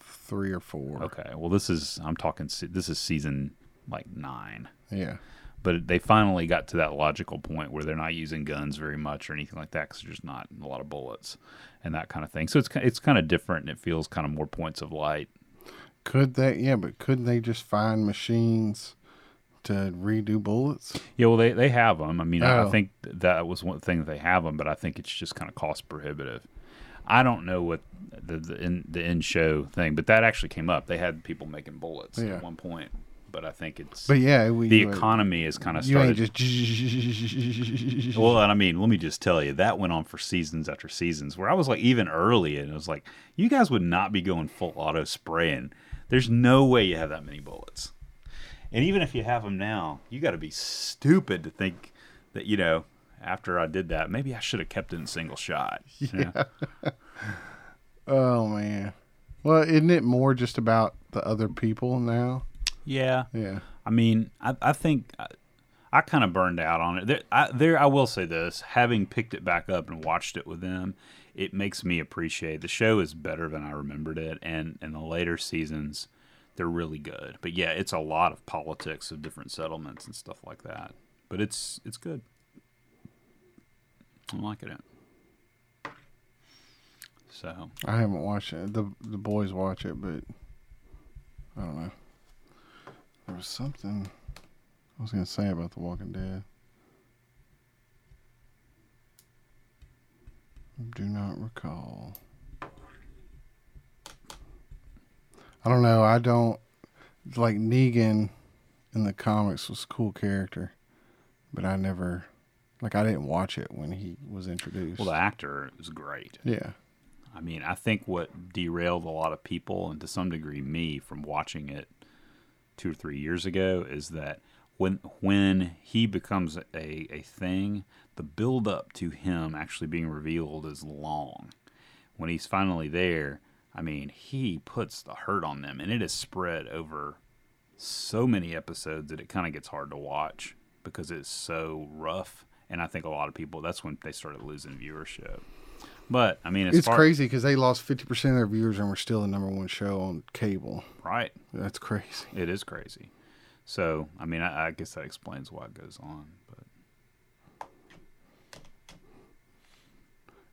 B: three or four.
A: Okay, well this is I'm talking se- this is season like nine,
B: Yeah,
A: but they finally got to that logical point where they're not using guns very much or anything like that because there's not a lot of bullets and that kind of thing. So it's ki- it's kind of different and it feels kind of more points of light.
B: could they? Yeah, but couldn't they just find machines to redo bullets?
A: Yeah, well they they have them. I mean, I, I
B: Oh.
A: think th- that was one thing that they have them, but I think it's just kind of cost prohibitive. I don't know what the the in, the in show thing, but that actually came up. They had people making bullets
B: Yeah.
A: at one point, but I think it's
B: But yeah, we,
A: the
B: you-
A: economy is kind of
B: You
A: started
B: ain't just.
A: Well, and I mean, let me just tell you, that went on for seasons after seasons where I was like, even early, and it was like, you guys would not be going full auto spraying. There's no way you have that many bullets. And even if you have them now, you got to be stupid to think that, you know, after I did that, maybe I should have kept it in single shot. you know?
B: oh man. Well, isn't it more just about the other people now?
A: yeah.
B: Yeah.
A: I mean, I, I think I, I kind of burned out on it. There I, there, I will say this: having picked it back up and watched it with them, it makes me appreciate the show is better than I remembered it, and in the later seasons, they're really good. But yeah, it's a lot of politics of different settlements and stuff like that. But it's it's good. I'm liking it. So
B: I haven't watched it. The the boys watch it, but I don't know. There was something I was gonna say about The Walking Dead. Do not recall. I don't know. I don't. like Negan in the comics was a cool character, but I never like I didn't watch it when he was introduced.
A: Well, the actor was great.
B: yeah.
A: I mean, I think what derailed a lot of people and to some degree me from watching it two or three years ago is that when when he becomes a, a thing, the build up to him actually being revealed is long. When he's finally there, I mean, he puts the hurt on them and it is spread over so many episodes that it kind of gets hard to watch because it's so rough. And I think a lot of people, that's when they started losing viewership. But I mean, as
B: It's
A: far,
B: crazy because they lost fifty percent of their viewers and were still the number one show on cable.
A: Right.
B: That's crazy.
A: It is crazy. So, I mean, I, I guess that explains why it goes on. But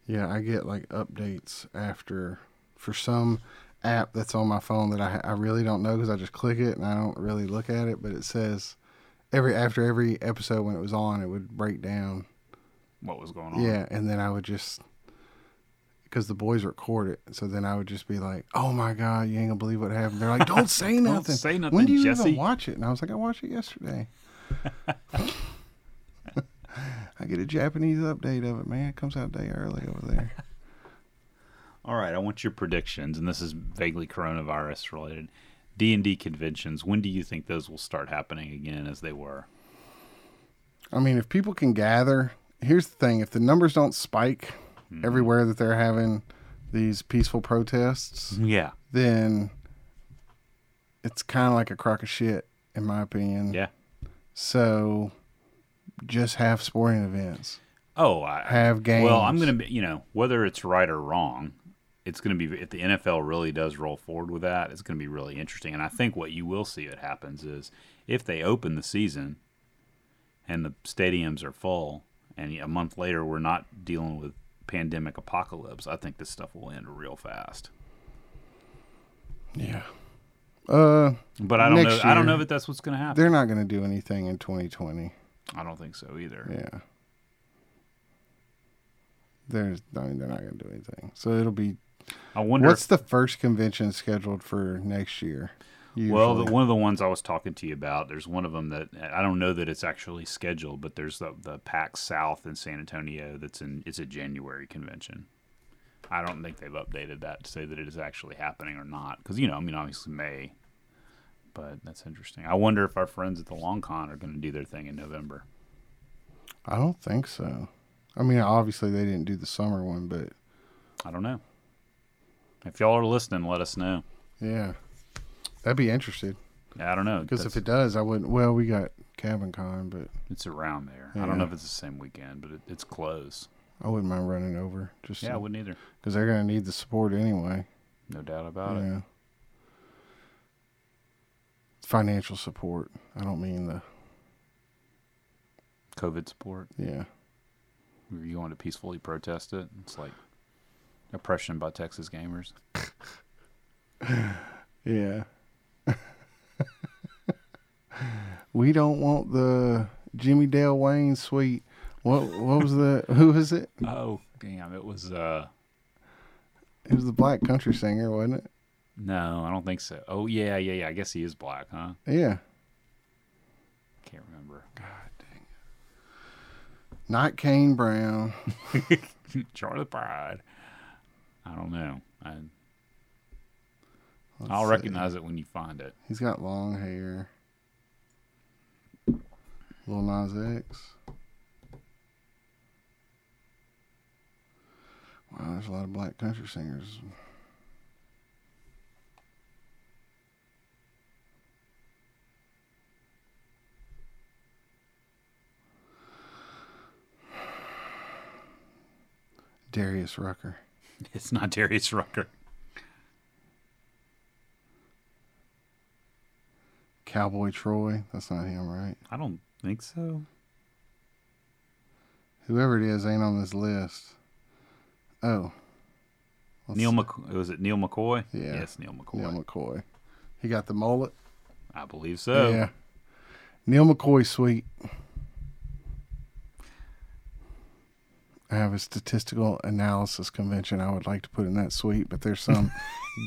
B: Yeah, I get like updates after for some app that's on my phone that I, I really don't know because I just click it and I don't really look at it. But it says every after every episode when it was on, it would break down.
A: what was going on?
B: Yeah, and then I would just because the boys record it, so then I would just be like, "Oh my god, you ain't gonna believe what happened." They're like, "Don't say
A: Don't
B: nothing.
A: say
B: When
A: nothing,
B: do you
A: Jesse."
B: even watch it?" And I was like, "I watched it yesterday." I get a Japanese update of it, man. It comes out a day early over there.
A: All right, I want your predictions, and this is vaguely coronavirus related. D and D conventions. When do you think those will start happening again, as they were?
B: I mean, if people can gather, here's the thing: if the numbers don't spike
A: Mm-hmm.
B: everywhere that they're having these peaceful protests,
A: Yeah.
B: then it's kind of like a crock of shit, in my opinion.
A: Yeah.
B: So just have sporting events.
A: Oh, I
B: Have games.
A: Well, I'm gonna be. You know, whether it's right or wrong, it's gonna be. If the NFL really does roll forward with that, it's gonna be really interesting. And I think what you will see it happens is if they open the season, and the stadiums are full, and a month later we're not dealing with pandemic apocalypse. I think this stuff will end real fast.
B: Yeah. Uh,
A: But I don't know.
B: Next
A: I don't
B: year-
A: know that that's what's gonna happen.
B: they're not going to do anything in 2020.
A: I don't think so either.
B: Yeah. There's, I mean, they're not going to do anything. So it'll be.
A: I wonder.
B: What's the first convention scheduled for next year?
A: Well,
B: usually?
A: the, one of the ones I was talking to you about, there's one of them that I don't know that it's actually scheduled, but there's the the PAC South in San Antonio that's in it's a January convention. I don't think they've updated that to say that it is actually happening or not, because you know, I mean, obviously May, but that's interesting. I wonder if our friends at the Long Con are going to do their thing in November.
B: I don't think so. I mean, obviously they didn't do the summer one, but
A: I don't know. If y'all are listening, let us know.
B: yeah, that'd be interested.
A: I don't know
B: Because if
A: that's-
B: it does, I wouldn't. Well, we got Cabin Con, but
A: it's around there, I don't
B: Yeah.
A: know if it's the same weekend, but it, it's close.
B: I wouldn't mind running over just
A: Yeah, I wouldn't either.
B: because they're gonna need the support anyway.
A: No doubt about it.
B: yeah. Financial support. I don't mean the
A: COVID support.
B: yeah.
A: Were you going to peacefully protest it? It's like oppression by Texas gamers.
B: Yeah. we don't want the Jimmy Dale Wayne suite. What what was the who is it?
A: Oh damn! It was uh
B: It was the black country singer, wasn't it?
A: no, I don't think so. Oh yeah, yeah, yeah. I guess he is black, huh?
B: Yeah.
A: Can't remember.
B: Not Kane Brown.
A: Charlie Pride. I don't know. I,
B: Let's
A: I'll
B: see.
A: recognize it when you find it.
B: He's got long hair. Lil Nas X. Wow, there's a lot of black country singers. Darius Rucker.
A: It's not Darius Rucker.
B: Cowboy Troy. That's not him, right?
A: I don't think so.
B: Whoever it is ain't on this list. Oh. Let's
A: Neil
B: see.
A: McCoy. Was it Neil McCoy?
B: Yeah.
A: Yes, Neil McCoy.
B: Neil McCoy. He got the mullet.
A: I believe so.
B: Yeah. Neil McCoy sweet. I have a statistical analysis convention I would like to put in that suite, but there's some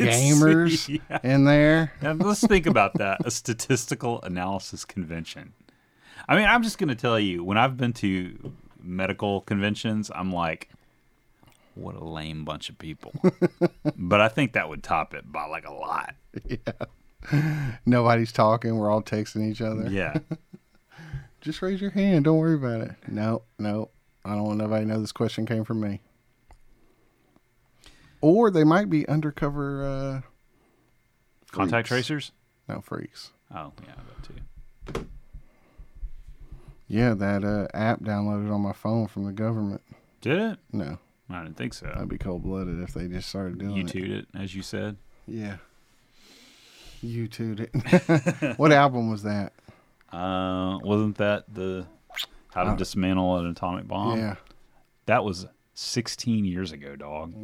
B: gamers
A: Yeah.
B: in there.
A: Now, let's think about that. A statistical analysis convention. I mean, I'm just going to tell you, when I've been to medical conventions, I'm like, what a lame bunch of people. but I think that would top it by like a lot.
B: Nobody's talking. We're all texting each other.
A: Yeah.
B: Just raise your hand. Don't worry about it. No, no. I don't want nobody to know this question came from me. Or they might be undercover, uh,
A: Contact
B: Freaks.
A: tracers?
B: no, freaks.
A: Oh, yeah, that too.
B: Yeah, that uh, app downloaded on my phone from the government.
A: Did it?
B: No,
A: I didn't think so.
B: I'd be cold blooded if they just started doing
A: You
B: it.
A: tooted it, as you said.
B: Yeah. You tooted it. what album was that?
A: Uh, wasn't that the how to
B: Uh,
A: dismantle an atomic bomb?
B: yeah.
A: That was 16 years ago, dog.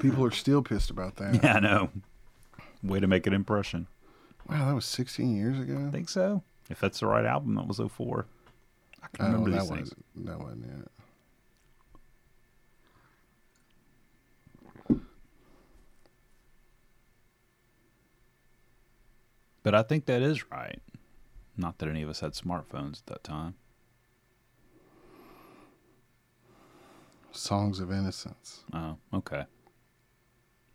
B: People are still pissed about that.
A: Yeah, I know. Way to make an impression.
B: Wow, that was 16 years ago.
A: think so. If that's the right album, that was 04. I can
B: Oh,
A: remember
B: that
A: these things.
B: wasn't, that wasn't it.
A: But I think that is right. Not that any of us had smartphones at that time.
B: Songs of Innocence.
A: Oh, okay.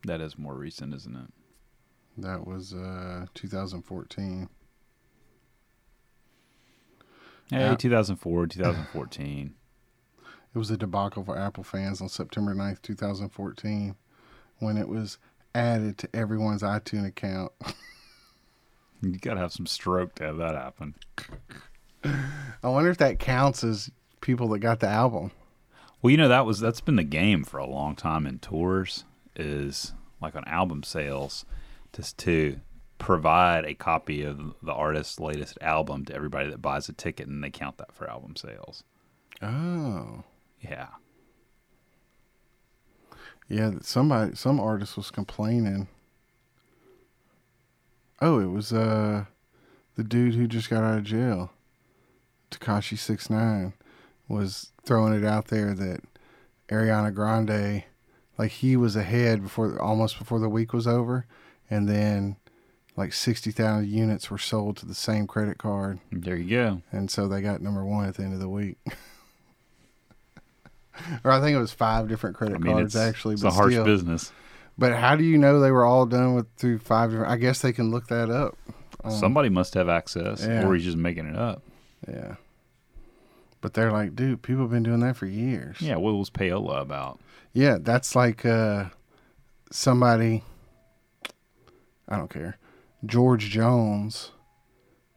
A: That is more recent, isn't it?
B: That was uh 2014.
A: Hey,
B: Yeah.
A: 2004, 2014.
B: It was a debacle for Apple fans on September 9th, 2014, when it was added to everyone's iTunes account.
A: you got to have some stroke to have that happen.
B: I wonder if that counts as people that got the album.
A: Well, you know that was that's been the game for a long time in tours is like on album sales, just to provide a copy of the artist's latest album to everybody that buys a ticket, and they count that for album sales.
B: Oh.
A: Yeah,
B: Yeah, that somebody some artist was complaining. Oh, it was uh the dude who just got out of jail. Takashi Six Nine was throwing it out there that Ariana Grande like he was ahead before almost before the week was over and then like 60,000 units were sold to the same credit card
A: there you go.
B: and so they got number 1 at the end of the week. or I think it was five different credit
A: I mean,
B: cards
A: it's,
B: actually
A: it's
B: but
A: a harsh
B: still.
A: business.
B: But how do you know they were all done with through five different? I guess they can look that up. Um,
A: Somebody must have access,
B: yeah.
A: or he's just making it up.
B: yeah. But they're like, dude, people have been doing that for years.
A: Yeah, what was Payola about?
B: Yeah, that's like uh, somebody. I don't care. George Jones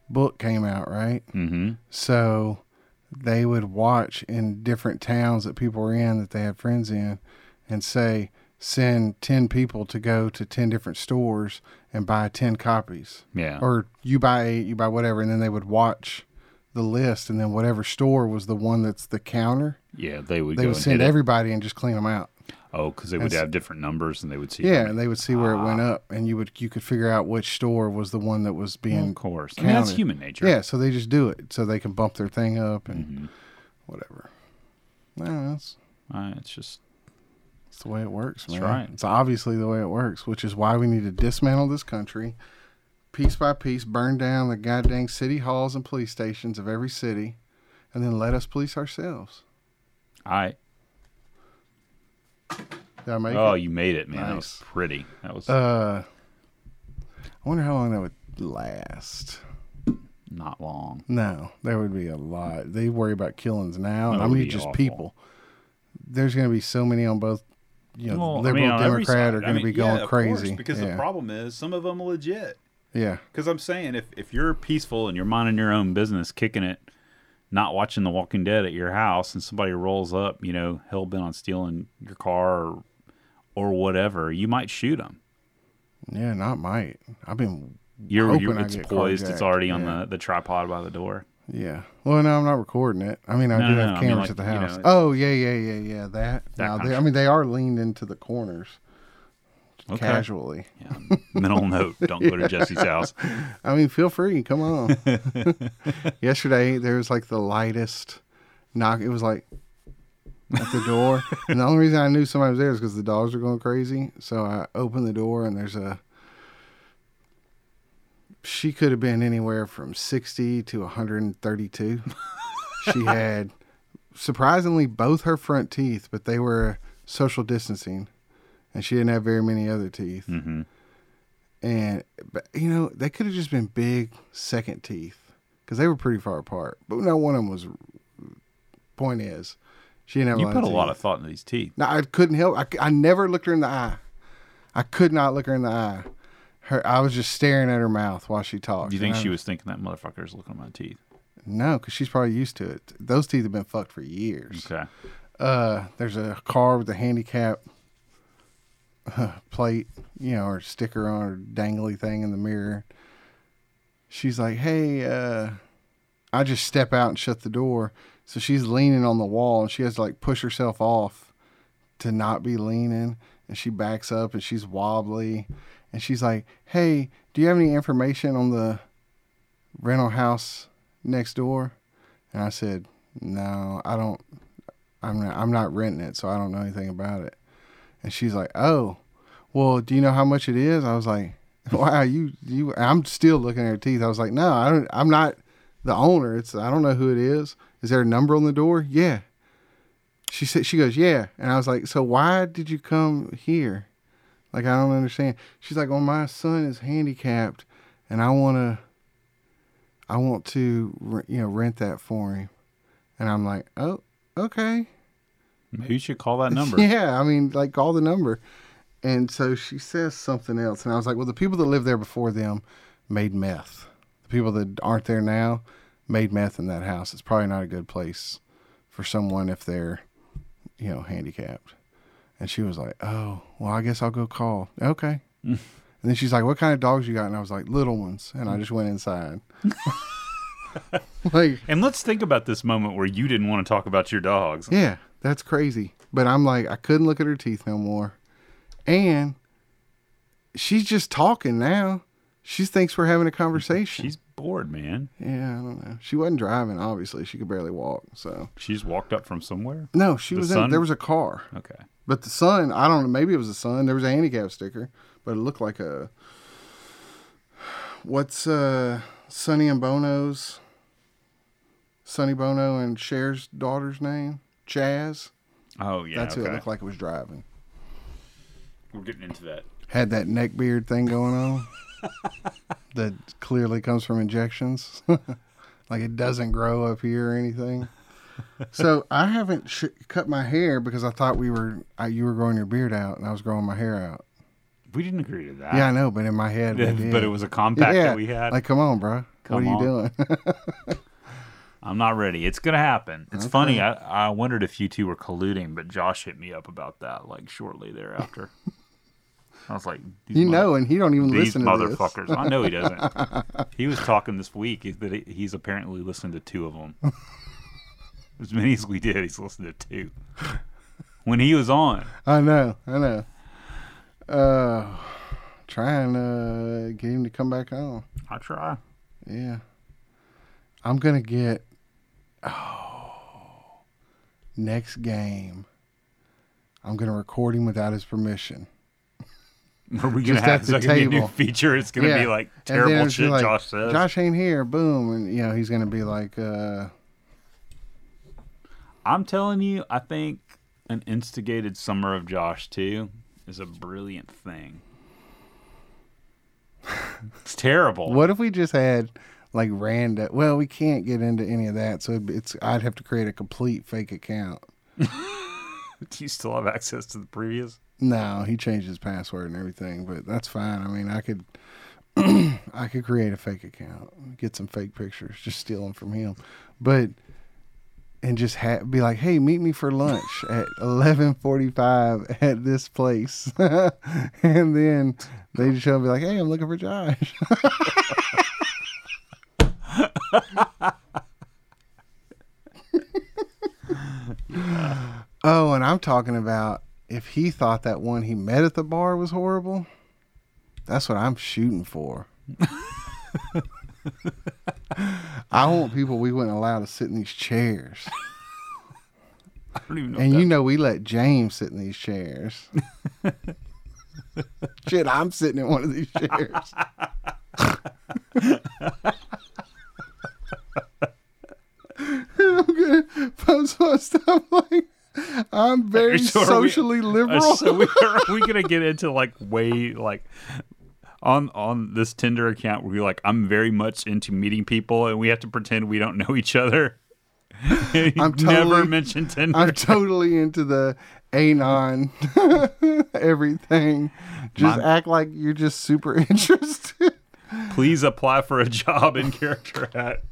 B: book came out right,
A: Mm-hmm.
B: so they would watch in different towns that people were in that they had friends in, and say send ten people to go to ten different stores and buy ten copies.
A: Yeah,
B: or you buy you buy whatever, and then they would watch the list, and then whatever store was the one that's the counter,
A: yeah, they would
B: they
A: go
B: would
A: and
B: send
A: hit it.
B: everybody and just clean them out.
A: Oh, because they would
B: That's-
A: have different numbers, and they would see.
B: Yeah,
A: how
B: and they would
A: Ah.
B: see where it went up, and you would you could figure out which store was the one that was
A: many-
B: being.
A: of course. I mean, that's
B: counted.
A: human nature.
B: Yeah, so they just do it, so they can bump their thing up and
A: Mhm.
B: whatever. No, that's
A: Uh, it's just
B: that's the way it works,
A: That's
B: man.
A: right.
B: It's obviously the way it works, which is why we need to dismantle this country. Piece by piece, burn down the goddamn city halls and police stations of every city, and then let us police ourselves.
A: I.
B: Did I make
A: Oh,
B: it?
A: you made it, man. That was
B: Nice.
A: pretty. That was
B: Uh, I wonder how long that would last.
A: not long.
B: No, there would be a lot. They worry about killings now.
A: That
B: I
A: would
B: mean,
A: be
B: just
A: awful.
B: people. There's going to be so many on both, you know,
A: Well, I
B: liberal
A: mean, on every
B: Democrat
A: side.
B: are
A: I
B: going
A: mean,
B: to be
A: yeah,
B: going
A: of course,
B: crazy.
A: because
B: yeah.
A: the problem is some of them are legit.
B: yeah,
A: Because I'm saying if if you're peaceful and you're minding your own business, kicking it, not watching The Walking Dead at your house, and somebody rolls up, you know, hell bent on stealing your car or, or whatever, you might shoot them.
B: yeah, not might. I've been,
A: You're,
B: Hoping
A: you're
B: I
A: it's
B: get
A: poised. It's
B: carjacked,
A: already on
B: yeah.
A: the, the tripod by the door.
B: yeah. Well, no, I'm not recording it. I mean, I
A: No,
B: do
A: no,
B: have
A: no, I mean,
B: cameras
A: like,
B: at the
A: you know,
B: house.
A: it's-
B: oh, yeah, yeah, yeah, yeah. That.
A: That
B: now,
A: kind
B: they,
A: of
B: I mean, they are leaned into the corners
A: Okay.
B: casually.
A: Yeah. Mental note: Don't go to Jesse's house.
B: I mean, feel free. Come on. Yesterday, there was like the lightest knock. It was like at the door, and the only reason I knew somebody was there is because the dogs were going crazy. So I opened the door, and there's a. She could have been anywhere from sixty to 132. she had surprisingly both her front teeth, but they were social distancing, and she didn't have very many other teeth.
A: Mm-hmm.
B: And but, you know they could have just been big second teeth because they were pretty far apart. But no one of them was. Point is, she didn't have.
A: You put a
B: teeth.
A: lot of thought into these teeth.
B: No, I couldn't help. I, c- I never looked her in the eye. I could not look her in the eye. Her, I was just staring at her mouth while she talked.
A: Do you think
B: and
A: she
B: I-
A: was thinking that motherfucker's looking at my teeth?
B: No, because she's probably used to it. Those teeth have been fucked for years.
A: Okay.
B: Uh, there's a car with a handicap uh, plate, you know, or sticker on or dangly thing in the mirror. She's like, "Hey," uh, I just step out and shut the door. So she's leaning on the wall, and she has to like push herself off to not be leaning. And she backs up, and she's wobbly, and she's like, "Hey, do you have any information on the rental house next door?" And I said, "No, I don't. I'm not, I'm not renting it, so I don't know anything about it. And she's like, "Oh, well, do you know how much it is?" I was like, "Wow, you you." I'm still looking at her teeth. I was like, "No, I don't. I'm not the owner. It's I don't know who it is. Is there a number on the door?" Yeah. She said she goes, "Yeah," and I was like, "So why did you come here?" Like I don't understand. She's like, "Well, my son is handicapped, and I want to, I want to, re- you know, rent that for him." And I'm like, "Oh, okay."
A: Maybe you should call that number.
B: Yeah, I mean, like call the number. And so she says something else, and I was like, well, the people that lived there before them made meth. The people that aren't there now made meth in that house. It's probably not a good place for someone if they're, you know, handicapped. And she was like, oh, well, I guess I'll go call. Okay. and then she's like, what kind of dogs you got? And I was like, little ones. And I just went inside. like,
A: And let's think about this moment where you didn't want to talk about your dogs.
B: yeah, that's crazy. But I'm like, I couldn't look at her teeth no more. And she's just talking now. She thinks we're having a conversation.
A: She's bored, man.
B: yeah, I don't know. She wasn't driving, obviously. She could barely walk. So
A: She's walked up from somewhere.
B: no, she
A: The
B: was
A: sun?
B: in. There was a car,
A: Okay.
B: but the sun. I don't know. Maybe it was the sun. There was a handicap sticker, but it looked like a. What's uh Sonny and Bono's? Sonny Bono and Cher's daughter's name, Chaz.
A: Oh yeah.
B: That's
A: okay.
B: who it looked like it was driving.
A: We're getting into that.
B: had that neck beard thing going on that clearly comes from injections. like it doesn't grow up here or anything. So I haven't sh- cut my hair because I thought we were I, you were growing your beard out and I was growing my hair out.
A: We didn't agree to that.
B: yeah, I know, but in my head, we did.
A: Ah. but it was a compact that we had.
B: Like, come on, bro.
A: Come
B: what are you
A: on.
B: doing?
A: I'm not ready. It's gonna happen. It's funny. I, I wondered if you two were colluding, but Josh hit me up about that like shortly thereafter. I was like, these
B: you
A: mother-
B: know, and he don't even
A: these
B: listen to this.
A: motherfuckers. I know he doesn't. he was talking this week is that he- he's apparently listened to two of them. as many as we did, he's listened to two. When he was on,
B: I know, I know. Uh, trying to uh, get him to come back on.
A: I try.
B: Yeah. I'm gonna get oh next game. I'm gonna record him without his permission.
A: Are we gonna
B: Just
A: have
B: at
A: it's
B: the
A: like gonna be a new
B: table.
A: feature? It's gonna
B: Yeah.
A: be like
B: And then
A: terrible
B: it's
A: shit.
B: like,
A: Josh says.
B: Josh ain't here, boom, and you know, he's gonna be like, uh
A: I'm telling you, I think an instigated summer of Josh too is a brilliant thing. It's terrible.
B: what if we just had like random well, we can't get into any of that, so it'd be- it's I'd have to create a complete fake account.
A: Do you still have access to the previous?
B: No, he changed his password and everything, but that's fine. I mean I could I could create a fake account, get some fake pictures, just steal them from him, but and just ha- be like, "Hey, meet me for lunch at eleven forty-five at this place," and then they just show up and be like, "Hey, I'm looking for Josh." Oh, and I'm talking about if he thought that one he met at the bar was horrible. That's what I'm shooting for. I want people we wouldn't allow to sit in these chairs.
A: don't even know.
B: And
A: what
B: you
A: that-
B: know we let James sit in these chairs. Shit, I'm sitting in one of these chairs. I'm gonna post my stuff like I'm very
A: So are we-
B: socially
A: Uh,
B: liberal.
A: so we are, we gonna get into like way like on on this Tinder account where you're like, I'm very much into meeting people, and we have to pretend we don't know each other.
B: I'm
A: never
B: totally-
A: mentioned Tinder.
B: I'm totally into the anon everything. Just
A: My-
B: act like you're just super interested.
A: Please apply for a job in character hat.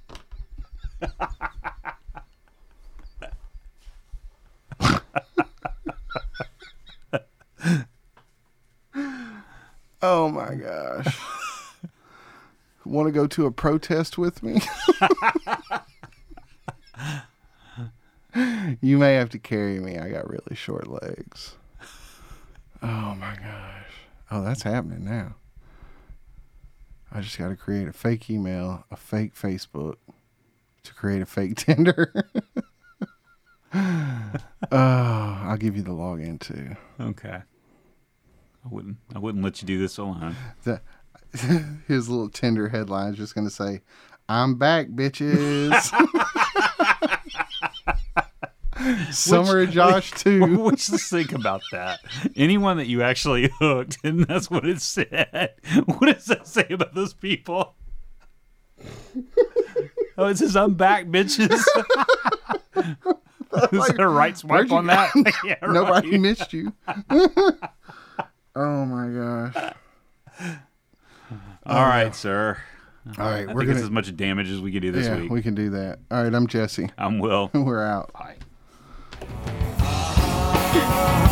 B: Oh my gosh. Want to go to a protest with me? you may have to carry me. I got really short legs. Oh my gosh. Oh, that's happening now. I just got to create a fake email, a fake Facebook to create a fake Tinder. Oh, I'll give you the login too.
A: Okay. I wouldn't. I wouldn't let you do this alone.
B: the his little Tinder headline is just gonna say, "I'm back, bitches." Summer of Josh too.
A: Let's just think about that. Anyone that you actually hooked, and that's what it said. What does that say about those people? Oh, it says I'm back, bitches. Is there a right
B: where'd
A: swipe
B: you
A: on that? yeah, right.
B: Nobody missed you. oh my
A: Uh,
B: gosh!
A: All right, sir.
B: All right,
A: I
B: we're
A: think it's as
B: gonna.
A: much damage as we can do this
B: Yeah,
A: week.
B: we can do that. All right, I'm Jesse.
A: I'm Will.
B: We're out.
A: Bye.